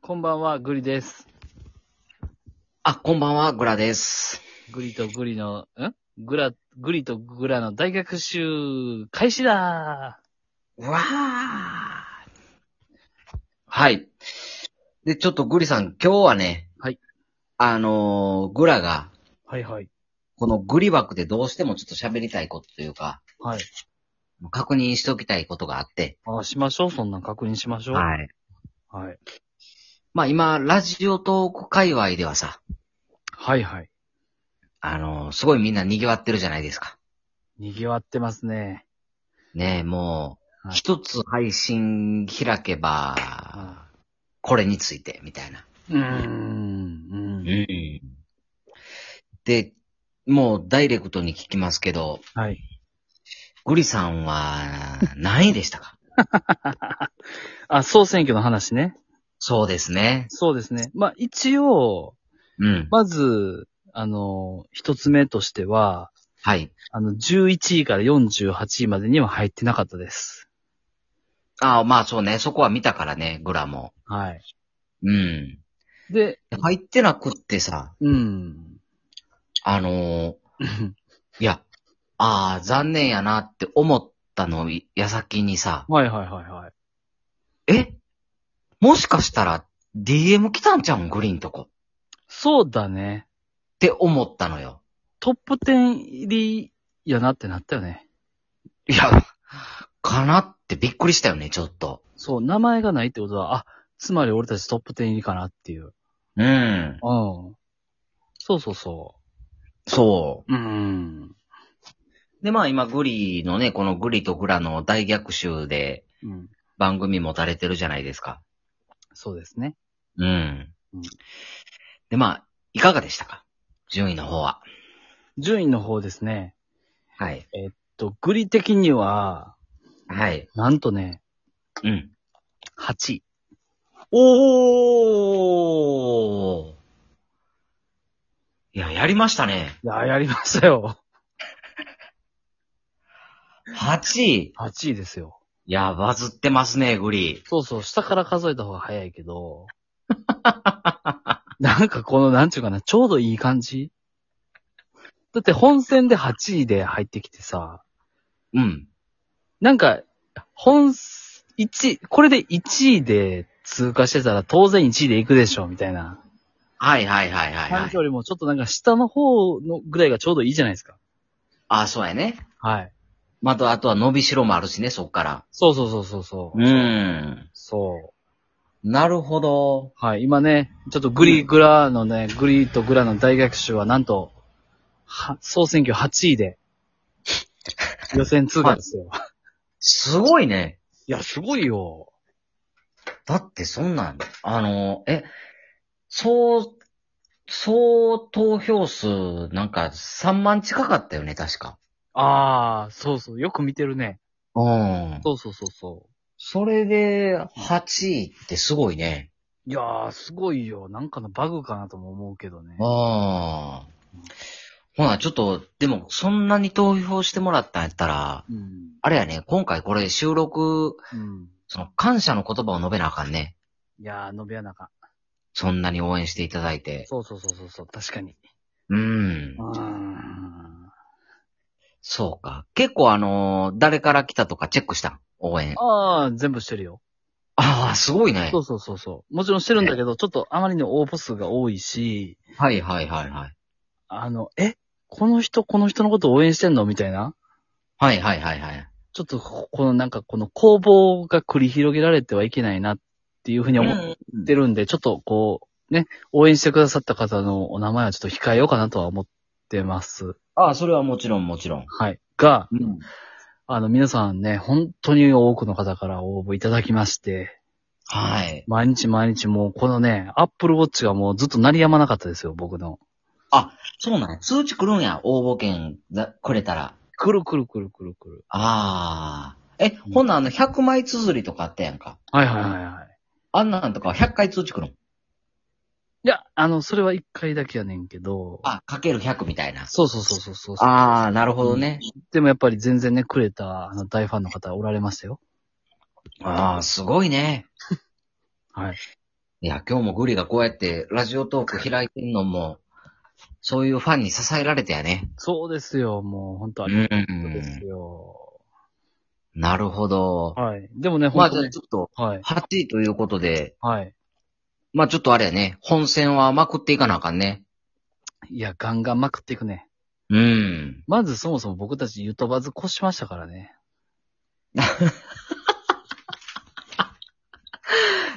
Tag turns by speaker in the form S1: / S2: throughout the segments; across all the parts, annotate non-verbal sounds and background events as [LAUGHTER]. S1: こんばんは、グリです。
S2: あ、こんばんは、グラです。
S1: グリとグリの、んグラ、グリとグラの大学習開始だ
S2: うわー。はい。で、ちょっとグリさん、今日はね、
S1: はい。
S2: あのー、グラが、
S1: はいはい。
S2: このグリ枠でどうしてもちょっと喋りたいことというか、
S1: はい。
S2: 確認しておきたいことがあって、
S1: あ、しましょう。そんなん確認しましょう。
S2: はい。
S1: はい。はい。
S2: まあ今、ラジオトーク界隈ではさ、
S1: はい
S2: あのー、すごいみんな賑わってるじゃないですか。
S1: 賑わってますね。
S2: ねえ、もう、
S1: はい
S2: 一つ配信開けば、
S1: あ
S2: これについて、みたいな。
S1: うーん。うん。
S2: で、もうダイレクトに聞きますけど、
S1: はい。
S2: グリさんは何位でしたか
S1: あ、総選挙の話ね。
S2: そうですね。
S1: そうですね。まあ、一応、
S2: うん。
S1: まず、あの、一つ目としては、
S2: はい。
S1: あの、11位から48位までには入ってなかったです。
S2: ああ、まあそうね。そこは見たからね、グラも。
S1: はい。
S2: うん。
S1: で、
S2: 入ってなくってさ、
S1: うん。
S2: あのーいや、ああ、残念やなって思ったの矢先にさ、
S1: はいはいはいはい。
S2: えもしかしたら DM 来たんちゃうんグリーンとこ。
S1: そうだね。
S2: って思ったのよ。
S1: トップ10入りやなってなったよね。
S2: いや、かなってびっくりしたよね、ちょっと。
S1: そう、名前がないってことは、あ、つまり俺たちトップ10入りかなっていう。うん。
S2: うん。
S1: そうそうそ。
S2: そう
S1: うん。
S2: う。で、まあ今、グリのね、このグリとグラの大逆襲で
S1: うん。
S2: 番組持たれてるじゃないですか。
S1: そうですね。
S2: うん。
S1: うん
S2: で、まあ、いかがでしたか順位の方は。
S1: 順位の方ですね。
S2: はい。
S1: と、グリ的には、
S2: はい。
S1: なんとね、
S2: うん。
S1: 8位。
S2: おーいや、やりましたね。
S1: いや、やりましたよ。
S2: 8位。
S1: 8位ですよ。
S2: いや、バズってますね、グリ。
S1: そうそう、下から数えた方が早いけ
S2: [LAUGHS]
S1: ど。なんかこの、なんちゅうかな、ちょうどいい感じだって本戦で8位で入ってきてさ、
S2: うん。
S1: なんか、本、1、これで1位で通過してたら当然1位で行くでしょ、みたいな。
S2: はいはいはいはい、は
S1: 感
S2: い
S1: じ。よりもちょっとなんか下の方のぐらいがちょうどいいじゃないですか。
S2: あ、そうやね。
S1: はい。
S2: また、あとは伸びしろもあるしね、そっから。
S1: そうそうそうそうそう。
S2: ん。
S1: そう。
S2: なるほど。
S1: はい、今ね、ちょっとグリグラのね、グリとグラの大学手はなんと、は、総選挙8位 [LAUGHS] で、予選通過ですよ。い、
S2: すごいね。
S1: や、すごいよ。
S2: だってそんなん、あの、え、そう、そう投票数、なんか3万近かったよね、確か。
S1: ああ、そうそう、よく見てるね。
S2: うん。
S1: そうそうそうそ
S2: それで、8位ってすごいね。
S1: う。いやー、すごいよ。なんかのバグかなとも思うけどね。
S2: ああ。ほな、ちょっと、でも、そんなに投票してもらったんやったら、
S1: うん。
S2: あれやね、今回これ収録、
S1: うん。
S2: その感謝の言葉を述べなあかんね。
S1: いやー、伸びやなか。
S2: そんなに応援していただいて。
S1: そうそうそうそうそう、確かに。
S2: うん
S1: う。ーん。
S2: そうか。結構あのー誰から来たとかチェックしたん応援。
S1: ああ、全部してるよ。
S2: ああ、すごいね
S1: そ。うそうそうそう。もちろんしてるんだけど、ちょっとあまりに応募数が多いし、
S2: はいはいはいはい。
S1: あの、えこの人、この人のこと応援してんのみたいな。
S2: はいはいはいはい。
S1: ちょっと、ここのなんか、この攻防が繰り広げられてはいけないなっていうふうに思っ
S2: うん
S1: てるんで、ちょっとこう、ね、応援してくださった方のお名前はちょっと控えようかなとは思ってます。
S2: ああ、それはもちろんもちろん。
S1: はい。が、
S2: うん。
S1: あの、皆さんね、本当に多くの方から応募いただきまして、
S2: はい。
S1: 毎日毎日もう、このね、Apple Watch がもうずっと鳴り止まなかったですよ、僕の。
S2: そうなんや通知来るんや、応募券だくれたら。
S1: くるくるくるくるくる。
S2: ああ。え、ほんならあの、100枚綴りとかあったやんか。
S1: はいはいはいはい。
S2: あんなんとか100回通知来るん。
S1: いや、あの、それは一回だけやねんけど。
S2: あ、かける100みたいな。
S1: そうそうそうそうそう。
S2: ああ、なるほどね。
S1: でもやっぱり全然ね、くれた、あの、大ファンの方おられましたよ。
S2: ああ、すごいね。
S1: はい。
S2: いや、今日もグリがこうやってラジオトーク開いてんのも、そういうファンに支えられてやね。
S1: そうですよ、もう、本当あ
S2: う
S1: りがたいです
S2: ん。
S1: よ。
S2: なるほど。
S1: はい。でもね、
S2: まあ
S1: 本当
S2: じゃあ
S1: に
S2: ちょっと、
S1: はい。
S2: 8位ということで、
S1: はい。
S2: まあちょっとあれやね、本戦はまくっていかなあかんね。
S1: いや、ガンガンまくっていくね。
S2: うん。
S1: まずそもそも僕たちゆとばず越しましたからね。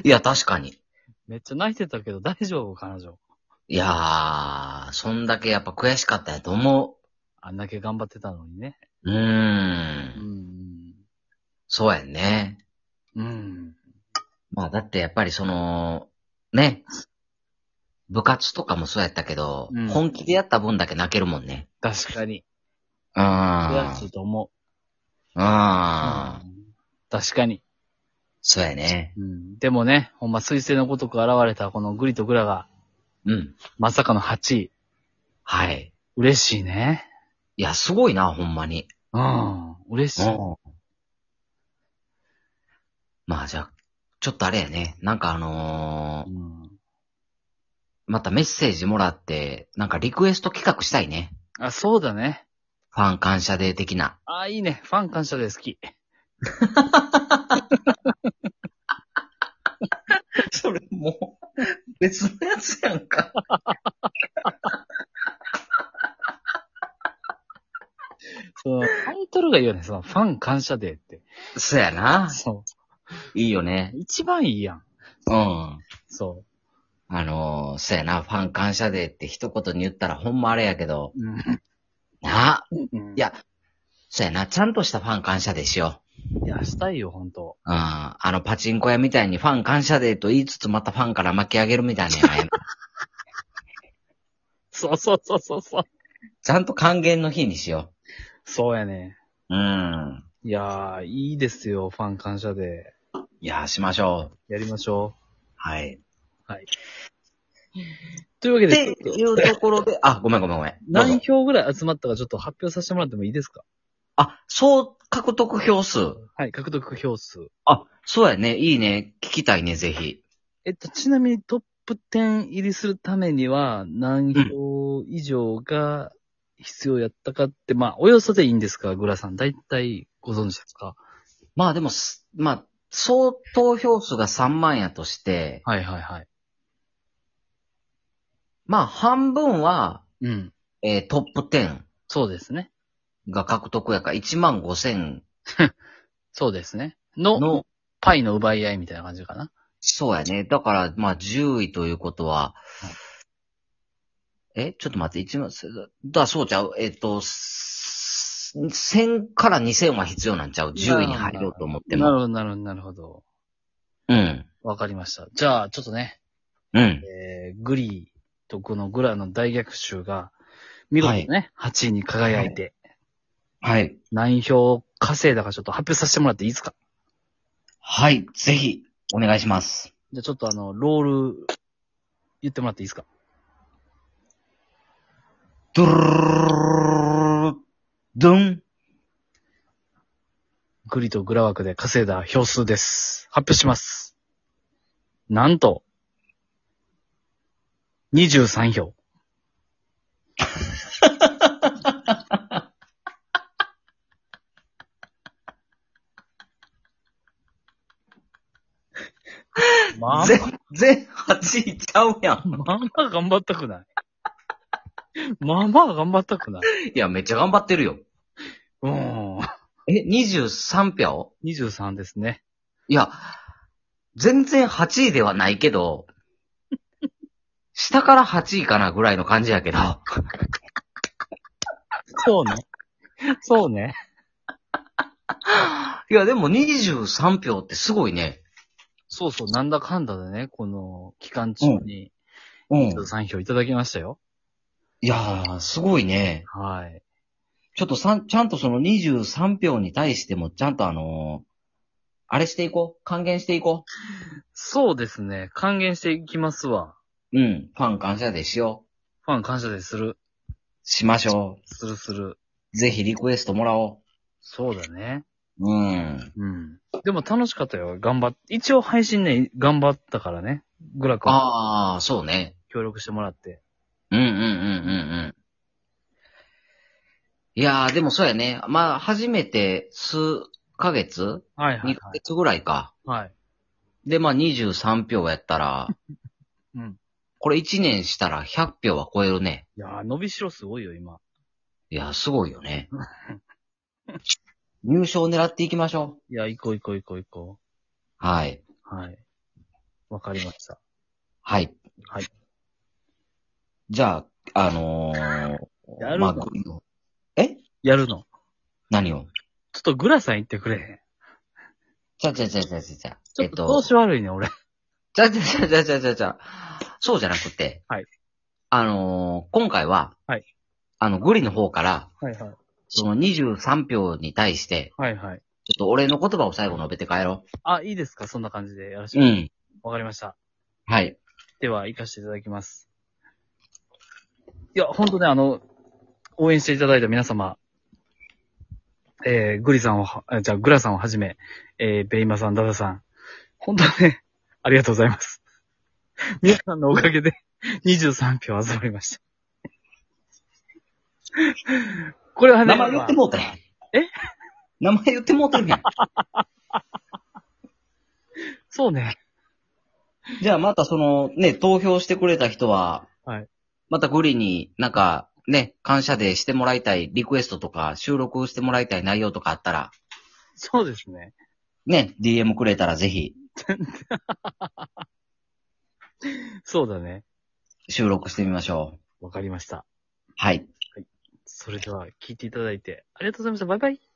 S2: いや、確かに。
S1: めっちゃ泣いてたけど大丈夫彼女。
S2: いやー、そんだけやっぱ悔しかったやと思
S1: あんだけ頑張ってたのにね。
S2: う。う。
S1: うんん。
S2: そうやね。
S1: うん。
S2: まあだってやっぱりその、ね。部活とかもそうやったけど、
S1: うん
S2: 本気でやった分だけ泣けるもんね。
S1: 確かに。
S2: うん。
S1: 悔しいと思う。
S2: ああ、
S1: うん確かに。
S2: そうやね。
S1: うん。でもね、ほんま彗星のごとく現れたこのグリとグラが、
S2: うん。
S1: まさかの8位。
S2: はい。
S1: 嬉しいね。
S2: いや、すごいな、ほんまに。
S1: うん。嬉しい。
S2: まあじゃあ、ちょっとあれやね。なんかあの
S1: う
S2: ー
S1: ん。
S2: またメッセージもらって、なんかリクエスト企画したいね。
S1: あ、そうだね。
S2: ファン感謝デー的な。
S1: あ、いいね。ファン感謝で好き。
S2: [LAUGHS] それもう、別のやつやんか。
S1: その、タイトルがいいよね。その、ファン感謝デーって。
S2: そうやな。
S1: そ
S2: いいよね
S1: う。。一番いいやん。
S2: うん。
S1: そ
S2: あのー、そうやな。ファン感謝デーって一言に言ったらほんまあれやけど。
S1: う。
S2: なあ。
S1: うん。
S2: いや、そうやな。ちゃんとしたファン感謝デーしよう。
S1: いや、したいよ、ほんと。
S2: ああ、あの、パチンコ屋みたいにファン感謝デーと言いつつまたファンから巻き上げるみたいなのはやめ
S1: そうそうそうそうそう。
S2: ちゃんと還元の日にしよ
S1: そうやね。
S2: う。うん。
S1: いやー、いいですよ、ファン感謝デ
S2: いや、しましょう。
S1: ー。やりましょ
S2: はい。
S1: う。というわけ
S2: って
S1: で、
S2: いうところで、あ、ごめんごめんごめん。どう
S1: 何
S2: ぞ
S1: 票ぐらい集まったかちょっと発表させてもらってもいいですか
S2: あ、総獲得票数。
S1: はい、獲得票数。
S2: あ、そうやね。いいね。聞きたいね、ぜひ。
S1: えっと、ちなみにトップ10入りするためには何票以上が必要やったかって、まあ、およそでいいんですか、グラさん。だいたいご存知ですか
S2: まあでもす、まあ、総投票数が3万やとして、
S1: はいはいはい。
S2: まあ、半分は、
S1: うん。
S2: えートップ10
S1: そうですね。
S2: が獲得やから、1万5千
S1: そうですね。の、
S2: の
S1: パイの奪い合いみたいな感じかな。
S2: そうやね。だから、まあ、10位ということは、え、ちょっと待って、一万、せだ、そうちゃう。えっと、す1000から2000は必要なんちゃう。10位に入ろうと思って
S1: なる
S2: も。
S1: ほど、なるほど、なるほど。
S2: うん。
S1: わかりました。じゃあ、ちょっとね、
S2: うん。
S1: えー、グリーとこのグラの大逆襲が、見事ね、8位に輝いて、
S2: はい。
S1: 何票稼いだかちょっと発表させてもらっていいですか
S2: はい。ぜひ、お願いします。
S1: じゃあちょっとあの、ロール、言ってもらっていいですか
S2: ドゥルルルルドゥン。
S1: グリとグラ枠で稼いだ票数です。発表します。なんと、23票。 [LAUGHS] まあ
S2: 全、全8位ちゃうやん。
S1: まあまあ頑張ったくないまあまあ頑張ったくない
S2: いや、めっちゃ頑張ってるよ。
S1: うん。
S2: え、23票
S1: 23ですね。
S2: いや、全然8位ではないけど、下から8位かなぐらいの感じや [LAUGHS] けど。
S1: そうね。そうね。
S2: いや、でも23票ってすごいね。
S1: そうそう、なんだかんだでね、この期間中に
S2: う
S1: 23票いただきましたよ。
S2: いやー、すごいね。
S1: はい。
S2: ちょっとさん、ちゃんとその23票に対しても、ちゃんとあのーあれしていこう。還元していこ
S1: そうですね。還元していきますわ。
S2: う。うん。ファン感謝でしよう。
S1: ファン感謝でする。
S2: しましょ
S1: するする。
S2: う。ぜひリクエストもらお
S1: そうだね。
S2: う。うん。
S1: うん。でも楽しかったよ。頑張っ、一応配信ね、頑張ったからね。グラ君
S2: ああ、そうね。
S1: 協力してもらって。
S2: うんうんうんうんうん。いやー、でもそうやね。まあ、初めて数ヶ月
S1: はいは
S2: ?2
S1: い
S2: ヶ
S1: はい。
S2: 月ぐらいか。
S1: はい。
S2: で、まあ23票やったら、
S1: [LAUGHS] うん。
S2: これ1年したら100票は超えるね。
S1: いやー、伸びしろすごいよ、今。
S2: いやー、すごい
S1: [LAUGHS]
S2: よね。入賞を狙っていきましょ
S1: いや、行こう行こう行こう行こ
S2: う。はい。
S1: う。はい。わかりました。
S2: はい。
S1: はい。
S2: じゃあ、あのー、
S1: やるの
S2: まあ、グリのえ
S1: やるの。
S2: 何を
S1: ちょっとグラさん行ってくれへん。
S2: ちゃちゃちゃちゃちゃちゃ。
S1: ちょっと調子悪いね、俺。
S2: じゃじゃじゃじゃじゃじゃじゃ。そうじゃなくて。
S1: はい。
S2: あのー今回は。
S1: はい
S2: あの、グリの方から、
S1: はいはい。
S2: その23票に対して、
S1: はいはい。
S2: ちょっとお礼の言葉を最後述べて帰ろ
S1: あ、いいですかそんな感じでやらせ
S2: う。
S1: て。
S2: ん。
S1: わかりました。
S2: はい。
S1: では、行かせていただきます。いや、ほんとね、あの、応援していただいた皆様、えー、グリさんをは、あじゃあ、グラさんをはじめ、えー、ベイマさん、ダダさん、本当ね、 [LAUGHS] ありがとうございます。 [LAUGHS] 皆さんのおかげで、23票集まりました。 [LAUGHS] これはね、
S2: 名前言ってもうたやん。
S1: え
S2: 名前言ってもうて
S1: [LAUGHS]
S2: るやん。
S1: そうね。
S2: じゃあまたその、ね、投票してくれた人は、
S1: はい。
S2: またグリになんか、ね、感謝でしてもらいたいリクエストとか、収録してもらいたい内容とかあったら、
S1: そうですね。
S2: ね、DM くれたらぜひ、
S1: そうだね。
S2: 収録してみましょう。
S1: わかりました。
S2: はい。
S1: それでは、聞いていただいて、ありがとうございました。バイバイ。